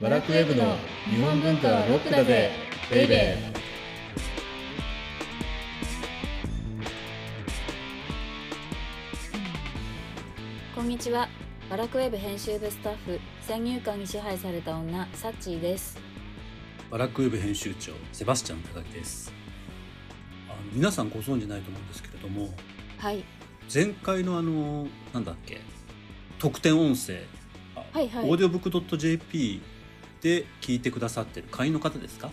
バラクウェブの日本文化はロックだぜベイベーこんにちは。バラクウェブ編集部スタッフ、先入観に支配された女、サッチーです。バラクウェブ編集長セバスチャン高木ですあの皆さんご存知ないと思うんですけれどもはい。前回のあのなんだっけ特典音声はいはいオー。ディオブック .jp で聞いてくださってる会員の方ですか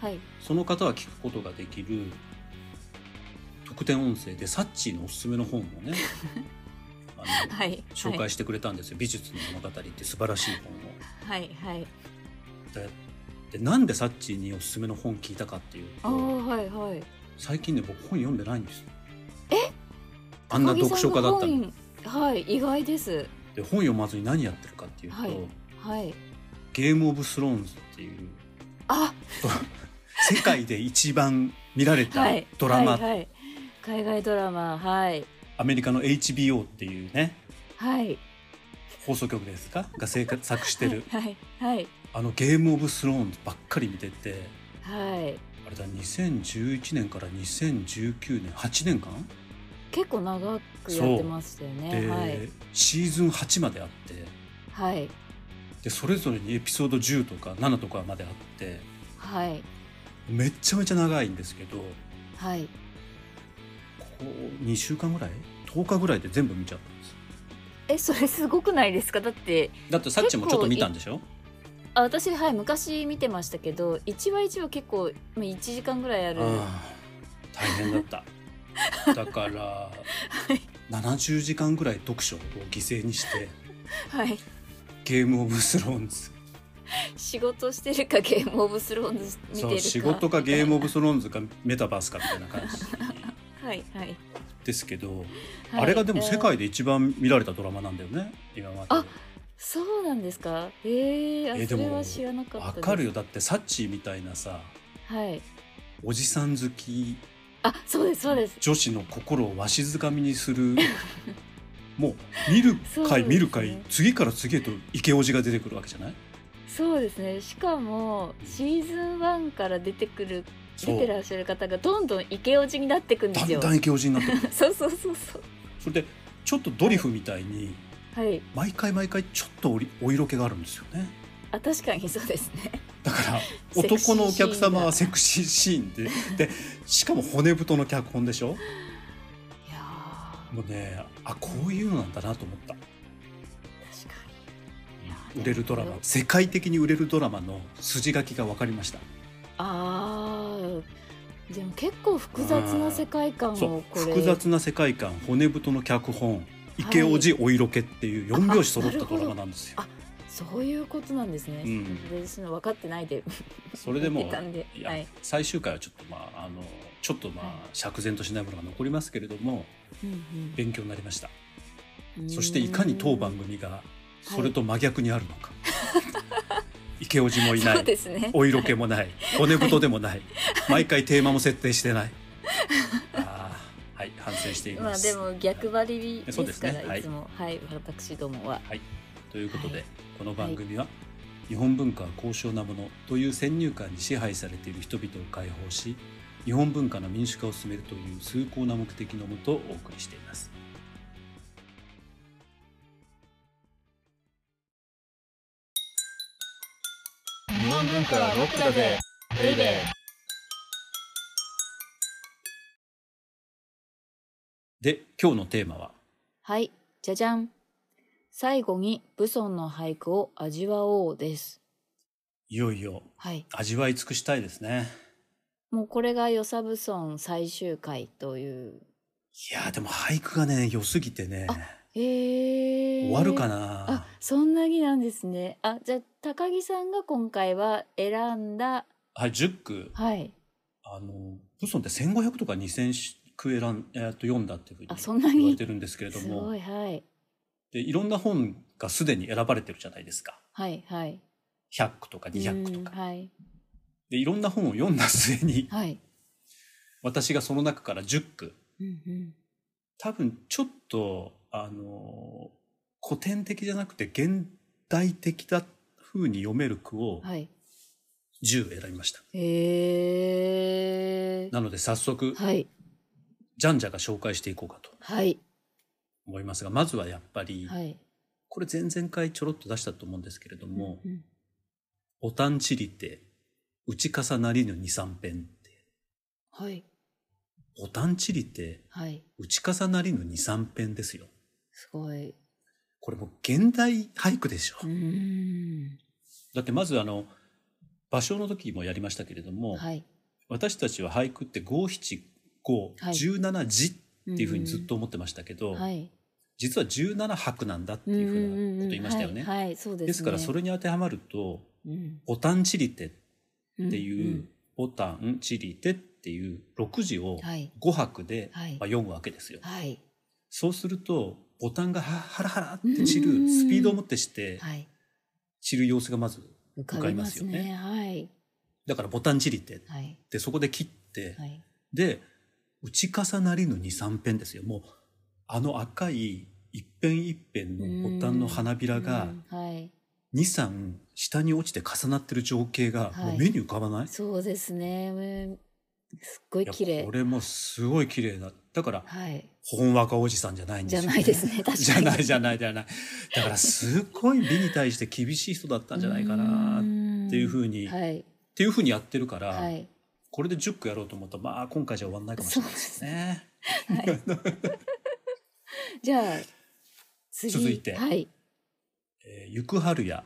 はい。その方は聞くことができる特典音声でサッチーのおすすめの本を ねあのはい。紹介してくれたんですよ、美術の物語って素晴らしい本を。はいはい。ででなんでサッチーにおすすめの本聞いたかっていうああ、とはいはい。最近ね僕本読んでないんですえあん高な木読さ書家だったのんの本。はい、意外です。で本読まずに何やってるかっていうと、はいはい。ゲーム・オブ・スローンズっていうあ、世界で一番見られたはい。ドラマ、はいはい。海外ドラマ、はい。アメリカの HBO っていうねはい。放放送局ですかが制作してるはいはいあのゲーム・オブ・スローンズばっかり見ててはい。はいあれだ2011年から2019年8年間結構長くやってましたよで、ね。はい。シーズン8まであってはい。でそれぞれにエピソード10とか7とかまであってはい。めっちゃめちゃ長いんですけどこはい。こ2週間ぐらい10日ぐらいで全部見ちゃったんですえ、それすごくないですかだって、だってさっちもちょっと見たんでしょあ私はい昔見てましたけど一話一話結構まあ一時間ぐらいあるああ大変だっ ただから70時間ぐらい読書を犠牲にしてはいゲームオブスローンズ仕事してるかゲームオブスローンズ見てるそかう仕事かゲームオブスローンズかメタバースかみたいな感じはいはい、ですけど、はいあれがでも世えー界で一番見られたドラマなんだよね今まであそうなんですかえー、あえーでそもれは知らなかったわですかるよだってサッチーみたいなさはいおじさん好きあそうですそうです女子の心をわしづかみに するもう見るそうです回ね見る回次から次へとイケオジが出てくるわけじゃないそうですねしかもシーズン1から出てくるそ出うてらっしゃる方がどんどんイケオジになってくんでだすんよだんイケオジになっ てくるそうそうそうそうそれでちょっとドリフみたいにはい毎回毎回ちょっとおりお色気があるんですよねあ確かにそうですねだから セクシーシー男ンがのお客様はセクシーシーンででしかも骨太の脚本でしょいやーもうねあこういうのなんだなと思った確かに売れるドラマ世界的に売れるドラマの筋書きが分かりましたあーでも結構複雑な世界観そうをこれ複雑な世界観骨太の脚本池おじお色気っていう4拍子揃ったドラマなんですよあ。そういうことなんですね、うん、私の分かってないでそれで も見てたんでいや、はい最終回はちょっとまああのちょっとまあはい釈然としないものが残りますけれどもうん勉強になりました。うんそしていかに当番組がそれと真逆にある のか、池おじもいなそうでいすねお色気もない骨太でもない、毎回テーマも設定してない。あーはい反省していままあす。でも逆張りでそうですすかねら、はいいつもはい、私どもはということで、はいこの番組は、日本文化は高尚なものという先入観に支配されている人々を解放し日本文化の民主化を進めるという崇高な目的のもとお送りしています日本文化はロックだぜベイベーで今日のテーマははいじゃじゃん最後に武尊の俳句を味わおうですいよいよはい味わい尽くしたいですねもうこれが与謝武尊最終回といういやーでも俳句がね良すぎてねえー、終わるかあな、そんなになんですね。あ、じゃあ高木さんが今回は選んだ、はい10句はい。あのブソンって1500とか2000句選ん、えーっと読んだっていうふうにあ、そんな言われにてるんですけれどすもごい、はい。でいろんな本がすでに選ばれてるじゃないですかはい、はい。 100句とか200句とかうんはい、でいろんな本を読んだ末にはい。 私がその中から10句うんうん。多分ちょっとあの古典的じゃなくて現代的だ風に読める句をはい。 10選びました。えー。なので早速、はい。ジャンジャが紹介していこうかとはい。思いますが、まずはやっぱり、はい。これ前々回ちょろっと出したと思うんですけれども、うんおたんちりて、打ち重なりぬ二三辺って、はい。おたんちりて、はい。打ち重なりぬ二三辺ですよ。すごい。これもう現代俳句でしょ。うーん。だってまずあの、芭蕉の時もやりましたけれども、はい。私たちは俳句って五七五はい十七字っていうふうにずっと思思ってましたけど、はい。実は十七拍なんだってんいうんんふうなこんと言いましたよね。はい、はいそうです、ね。ですからそれに当てはまるとうん「ボタンチリテ」っていう「んんボタンチリテ」っていう6字をはい。 5拍で、はいまあ、読むわけですよ。はい。そうするとボタンがハハラハラって散るスピードをもってしてはい。散る様子がまず浮かびますよねかびますはい。だから「ボタンチリテ」っはい。てそこで切って、はい。で打ち重なりの23辺ですよもうあの赤い一辺一辺のボタンの花びらがうんはい。 23下に落ちて重なってる情景はがいもう目に浮かばない、そうですね。うんすっごいいや綺麗こ。れもすごい綺麗だだからはい。本若おじさんじゃないんじでゃすよ、ないですね。確かに。 じゃないじゃい。ないじゃないだからすごい美に対して厳しい人だったんじゃないかなっていうふうに、っはい。ていうふうにやってるから、はい。これで10句やろうと思ったらまあ今回じゃ終わんないかもしれないですね。はい。じゃあ、次。続いてはい。えー、ゆく春や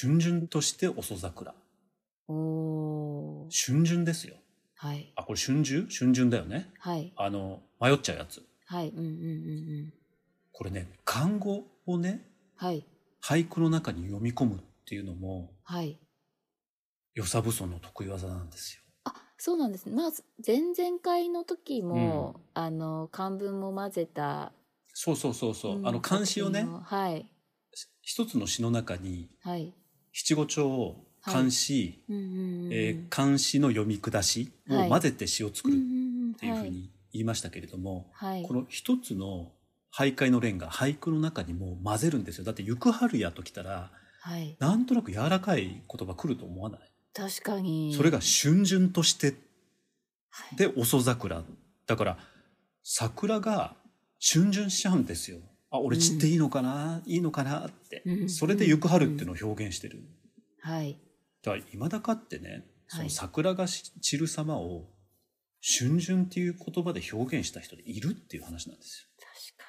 春巡として遅桜おー。春巡ですよはい。あこれ春巡春巡だよねはい。あの迷っちゃうやつはい。うんうんうんうん。これね漢語をねはい。俳句の中に読み込むっていうのもはい。与謝武尊の得意技なんですよあ、そうなんですね。まあ、前々回の時も、あの、漢文も混ぜた。そうそうそうそう、うんあの漢詩をね作品はい。一つの詩の中にはい。七五調を漢詩、うんうんうん。えー漢詩の読み下しを混ぜて詩を作るうんっうんんていうふうに言いましたけれども、はい。この一つの徘徊のレンが俳句の中にもう混ぜるんですよだって「ゆく春や」ときたらはい。なんとなく柔らかい言葉来ると思わない、確かに。それが「春巡としては」い、で「遅桜」だから桜が春巡しちゃうんですよあ俺散っていいのかな、いいのかなって、うんそれで「ゆく春」っていうのを表現してるはい。だから今だかってねそはのい桜がし散る様を「春巡」っていう言葉で表現した人でいるっていう話なんですよ確か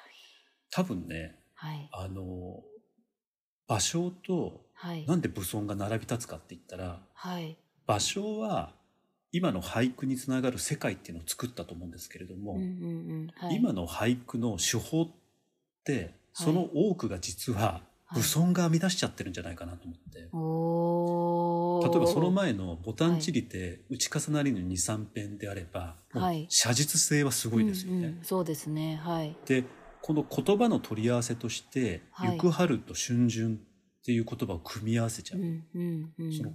多分ねに。はい。あの芭蕉とはい。なんで武尊が並び立つかって言ったらはい。芭蕉は今の俳句につながる世界っていうのを作ったと思うんですけれども、うんうんうん。はい。今の俳句の手法ってその多くが実ははい武尊が編み出しちゃってるんじゃないかなと思って、おー例えばその前の「ボタンチリて打ち重なりの23編」であれば、もうはい写実性はすごいですよね。うんうんそうですね。はい。でこの言葉の取り合わせとして「はいゆく春」と「春巡」っていう言葉を組み合わせちうゃう、んうんうん。その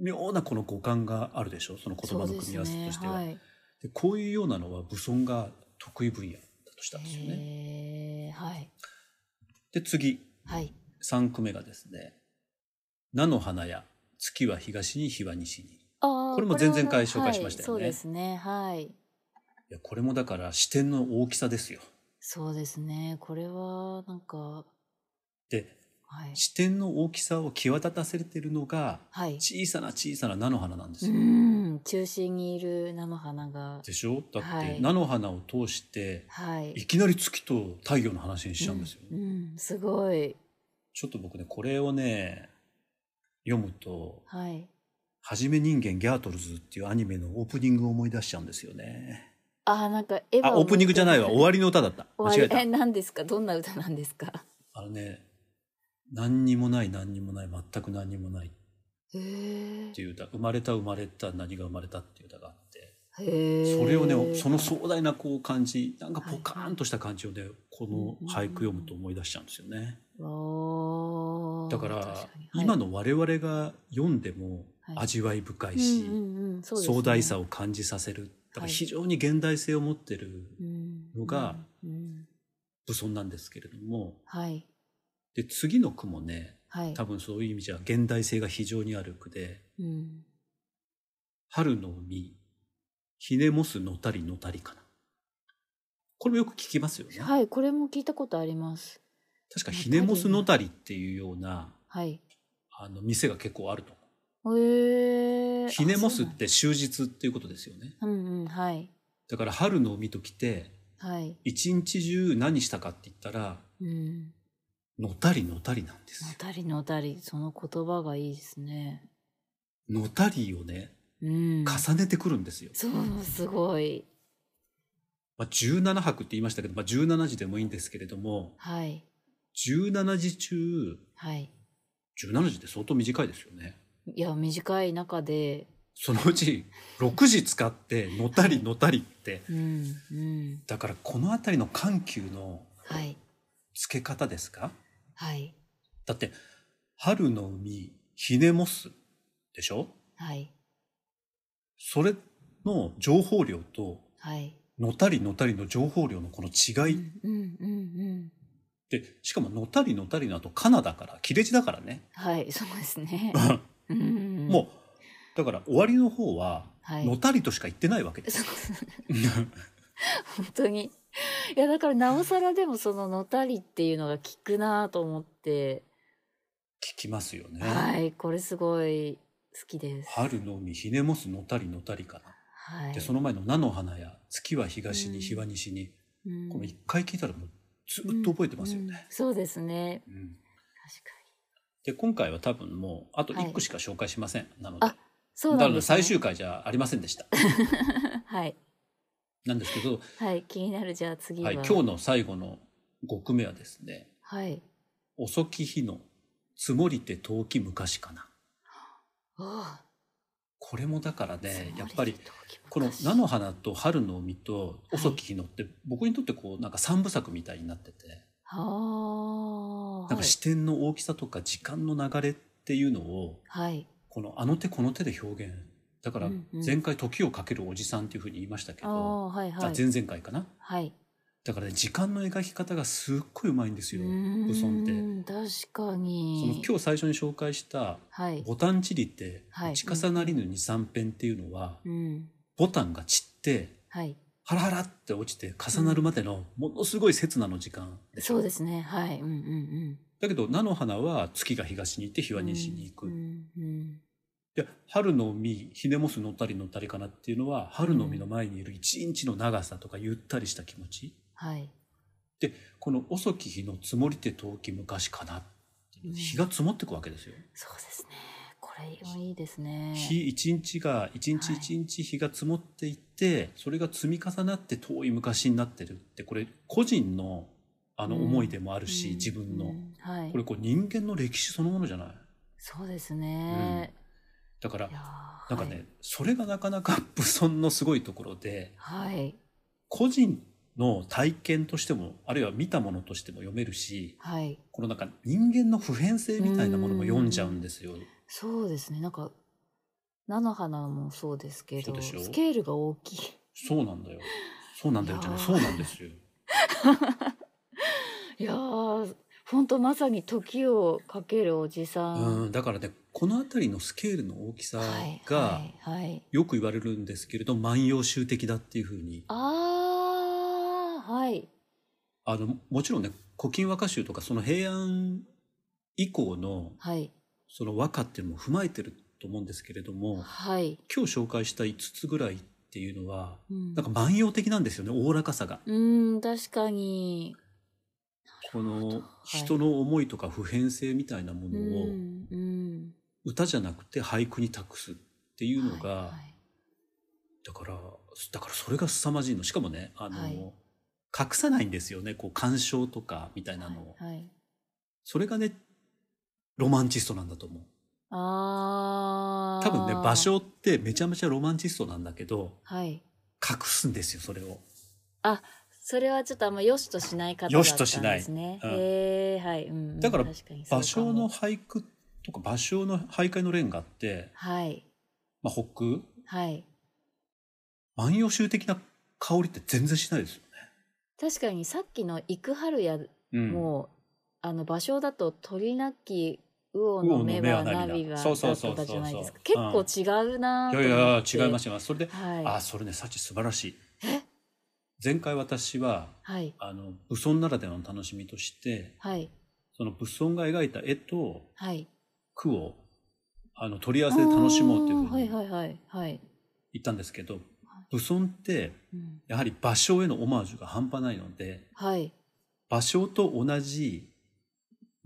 妙なこの五感があるでしょその言葉の組み合わせとしてはで、こういうようなのは武尊が得意分野だとしたそうんでですすよねね。はい。へーはい。で次はい。 3句目がですね「菜の花や月は東に日は西に」いあーこれも前々回紹介しましたよはいそうねですね。はい。やこれもだから視点の大きさですよ。そうですね。これは、なんか、ではい。視点の大きさを際立たせてるのが はい。小さな小さな菜の花なんですうよ。ん。中心にいる菜の花が。でしょだって、はい菜の花を通してはい。いきなり月と太陽の話にしちゃうんですよ、うん、うんすごい。ちょっと僕ねこれをね読むとはい。 「はじめ人間ギャートルズ」っていうアニメのオープニングを思い出しちゃうんですよねあー、なんか、エヴァあオープニングじゃないわ終わわりの歌だった間終違わえり。え、た何ですかどんな歌なんですかあのね「何にもない何にもない全く何にもない」へえって。いう歌「生まれた生まれた何が生まれた」っていう歌があってへえ。それをねそのそ壮大なこう感じなんかポカーンとした感じをねこの俳句読むと思い出しちゃうんですよね。おーだから、確にはい今の我々が読んでもはい味わい深いし、うんうんうんそうですね壮大さを感じさせるだからはい非常に現代性を持ってるのが、うんうんうん武尊なんですけれどもはいで次の句もねはい多分そういう意味じゃ現代性が非常にある句でうん「春の実ひねもすのたりのたり」かなこれもよく聞きますよね、はいこれも聞いたことあります確か「ひねもすのたり」っていうようなはいあの店が結構あると思えー、うひねもすっあて終日っていうことですよねそうなんだうんうんはいだから春の実と来てはい一日中何したかって言ったらうんのたりのたりなんですのよたりのたりその言葉がいいですねのたりをねうん重ねてくるんですよ、そうすごいまあ、17泊って言いましたけど、まあ、17時でもいいんですけれどもはい17時中はい17時って相当短いですよねいや短い中でそのうち6時使ってのたりのたりってうんうんだからこの辺りの緩急のはいつけ方ですかはいだって春の海ひねもすでしょはいそれの情報量とはいのたりのたりの情報量のこの違い、うんうんうんうんでしかものたりのたりの後カナだから切れ字だからね、はいそうですね うんうんもうだから終わりの方ははいのたりとしか言ってないわけです、そう本当にいやだからなおさらでもその「のたり」っていうのが効くなと思って、聞きますよね、はいこれすごい好きです。春の海ひねもすのたりのたりかな、はい、でその前の菜の花や月は東にうん日は西に、うんこの一回聞いたらもうずっと覚えてますようんうんね、そうですねうん確かにで今回は多分もうあとはい1個しか紹介しません、なのであそうななのんで、ですね、最終回じゃありませんでした はいなんですけど、 はい気になるじゃあ次は、はい、今日の最後の5句目はですねはい「遅き日の積もりて遠き昔かなああ」これもだから積ねもやっぱりて遠き昔この「菜の花」と「春の海」と「はい遅き日の」って僕にとってこうなんか三部作みたいになってて、ああなんか視点の大きさとか時間の流れっていうのをはいこのあの手この手で表現だからうんうん前回「時をかけるおじさん」っていうふうに言いましたけあど、あはいはあい前々回かなはいだからね時間の描き方がすっごいうまいんですよう武尊ってーん確かそのに今日最初に紹介したはい「ボタン散り」って「はい打ち重なりぬ二三編」っていうのはうんボタンが散ってはいハラハラって落ちて重なるまでのものすごい刹那の時間でしょそうですねはいうんうんうんだけど菜の花は月が東に行って日は西に行く、うんうんで春の実ひねもすのったりのったりかなっていうのは春の実の前にいる一日の長さとかゆったりした気持ちはいこの遅き日の積もりて遠き昔かなっていううん日が積もってくわけですよ。そうですねこれもいいですね日一日が一日はい一日日が積もっていって、それが積み重なって遠い昔になってるってこれ個人のあのうん思いでもあるし、うん自分の、うんはいこれこう人間の歴史そのものじゃないそうですね、だからいやなーんかね、それがなかなか 武尊のすごいところではい個人の体験としてもあるいは見たものとしても読めるしはいこのなんか人間の普遍性みたいなものも読んじゃうんですよ。そうですねなんか菜の花もそうですけそうどでしょスケールが大きいそうなんだよ。そうなんだよじゃないいやーそうなんですよ。いやーほんとまさに時をかけるおじさん、うん、だからねこの辺りのスケールの大きさはいはがいはいよく言われるんですけれど「万葉集」的だっていうふうにあーはいあのもちろんね「古今和歌集」とかその平安以降のはいその和歌っていうのも踏まえてると思うんですけれどもはい、今日紹介した5つぐらいっていうのはうん、なんか万葉的なんですよねおおらかさが。うん確かにこはのい人の思いとか普遍性みたいなもうのをんうん歌じゃなくて俳句に託すっていうのはいはがいだから、だからそれが凄まじいの。しかもね、あの、はい隠さないんですよね。こう、鑑賞とかみたいなのを。はいはいそれがね、ロマンチストなんだと思う。あー多分ね、場所ってめちゃめちゃロマンチストなんだけど、はい隠すんですよ、それを。それはちょっとあんま良しとしない方だ良っしたんとでしすないね。うんへえはい、うんうん、だから確にそうかも場所の俳句とか、場所の俳諧の連歌って、はいまあ、北空、はい万葉集的な香りって全然しないですよね。確かにさっきの「行く春やうん。もう、あの場所だと鳥鳴き魚魚のの目目ははナナビビだがそうそうだそっうそうたじゃないですか。結うん構違うなぁいとや思いって。や違います違いますそれで、はい。あそれねサチ素晴らしい前回私ははい。あの武尊ならではの楽しみとしてはい。その武尊が描いた絵とはい。句をあの取り合わせで楽しもうというふうはにいはいはいはい。言ったんですけど、い武尊ってうんやはり芭蕉へのオマージュが半端ないのではい。芭蕉と同じ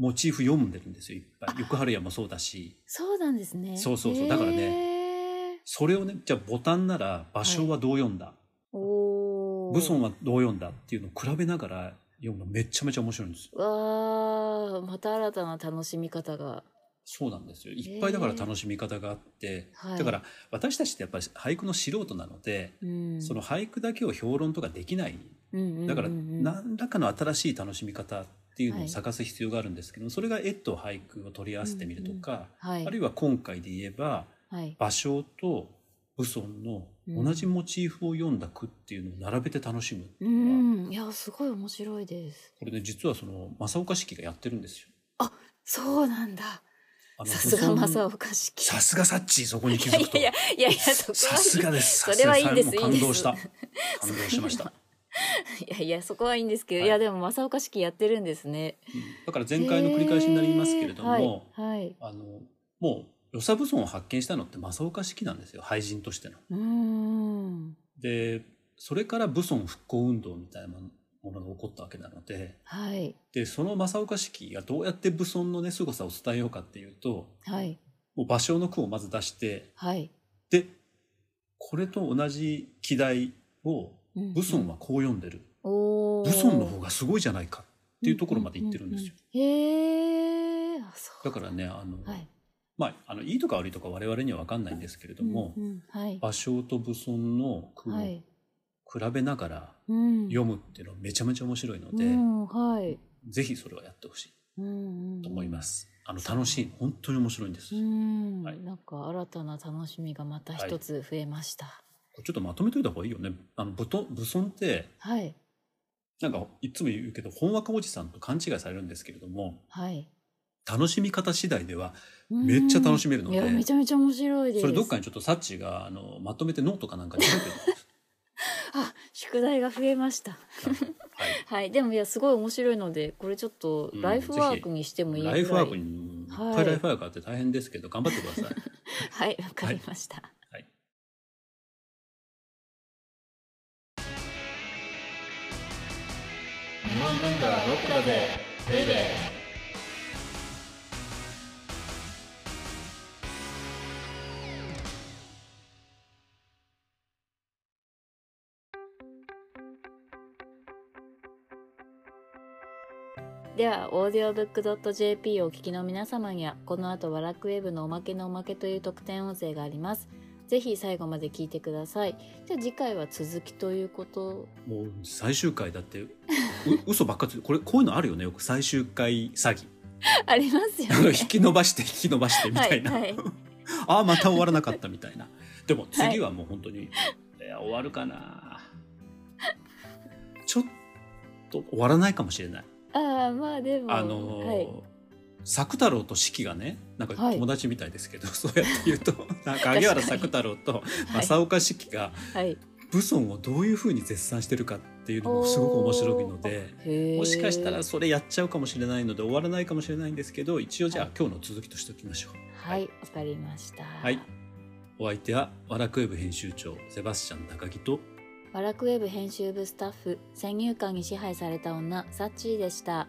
モチーフ読んでるんですよいっぱい。よくはるやもそうだしそうなんですね。そうそうそうだからねね。それをねじゃあボタンなら芭蕉はどう読んだ、おお。武尊はどう読んだっていうのを比べながら読むのめちゃめちゃ面白いんですよ。わあ、また新たな楽しみ方が。そうなんですよいっぱいだから楽しみ方があって、はいだから私たちってやっぱり俳句の素人なので、うん。その俳句だけを評論とかできないうんうんうんうん、だから何らかの新しい楽しみ方っていうのはをい探す必要があるんですけどもそれが絵と俳句を取り合わせてみるとか、はい。あるいは今回で言えばはい。芭蕉と武尊の同じモチーフを読んだ句っていうのを並べて楽しむ、うん。いや、すごい面白いです。これね実はその正岡式がやってるんですよ。そうなんだ。あのさすが武尊正岡式。さすがサッチーそこに気いやづいくと。やいやいや、そこさすがです。それはいいんですさすがいいんですもう感動した。感動しました。いやいや、そこはいいんですけど、はいい、や、でも正岡式やってるんですね。うんだから前回の繰り返しになりますけれども、へーはい。はい、あのもう与謝武尊を発見したのって正岡式なんですよ俳人としての。うーん。でそれから武尊復興運動みたいなものが起こったわけなのではい。でその正岡式がどうやって武尊のね凄さを伝えようかっていうとはい。もう芭蕉の句をまず出してはい。でこれと同じ季題をうん武尊は。こう読んでるおお。武尊の方がすごいじゃないかっていうところまで行ってるんですよ。うんうんうんへえ。あそう。だからねあの、はい。まあ、あのいいとか悪いとか我々には分かんないんですけれども、うんうんはい。芭蕉と武尊の句はをい。比べながらうん。読むっていうのはめちゃめちゃ面白いので、うん、はい。ぜひそれはやってほしいうんうん。。と思いますす。あの楽しい本当に面白いんです。うこん、はいなんか新たな楽しみがまた一つ増えました。れちょっとまとめといた方がいいよね。あの武と武尊ってはい。なんかいつも言うけど本若おじさんと勘違いされるんですけれどもはい。楽しみ方次第ではめっちゃ楽しめるのいで、や、めちゃめちゃ面白いです。それどっかにちょっとサッチがあのまとめてノートかなんかに書いてるんです。あ、宿題が増えました。 はいはい、でも、いや、すごい面白いので、これちょっとうんライフワークにしてもいいぐらラい。イフワークにいっはいぱいライフワークあって大変ですけど頑張ってください。はい、わかりました。はい日本文化はロックだぜベイベーではオーディオブックドット JP をお聞きの皆様にはこの後ワラクウェブのおまけのおまけという特典音声がありますぜひ最後まで聞いてくださいじゃあ次回は続きということもう最終回だってう 嘘ばっかつこれこういうのあるよねよく最終回詐欺ありますよ あのね引き延ばして引き延ばしてみたいな、はいはい ああまた終わらなかったみたいなでも次はもう本当に、いや終わるかなちょっと終わらないかもしれない。 ああまあでもあのーはい、作太郎と四季がねなんかはい友達みたいですけど、 そうやって言 うとなんか萩原作太郎とはい正岡四季がはい、武尊をどういうふうに絶賛してるかっていうのもすごく面白いので。へーもしかしたらそれやっちゃうかもしれないので終わらないかもしれないんですけど一応じゃあ今日の続きとしておきましょうはいわかりましたはいお相手はワラクウェブ編集長セバスチャン高木とワラクウェブ編集部スタッフ先入観に支配された女サッチーでした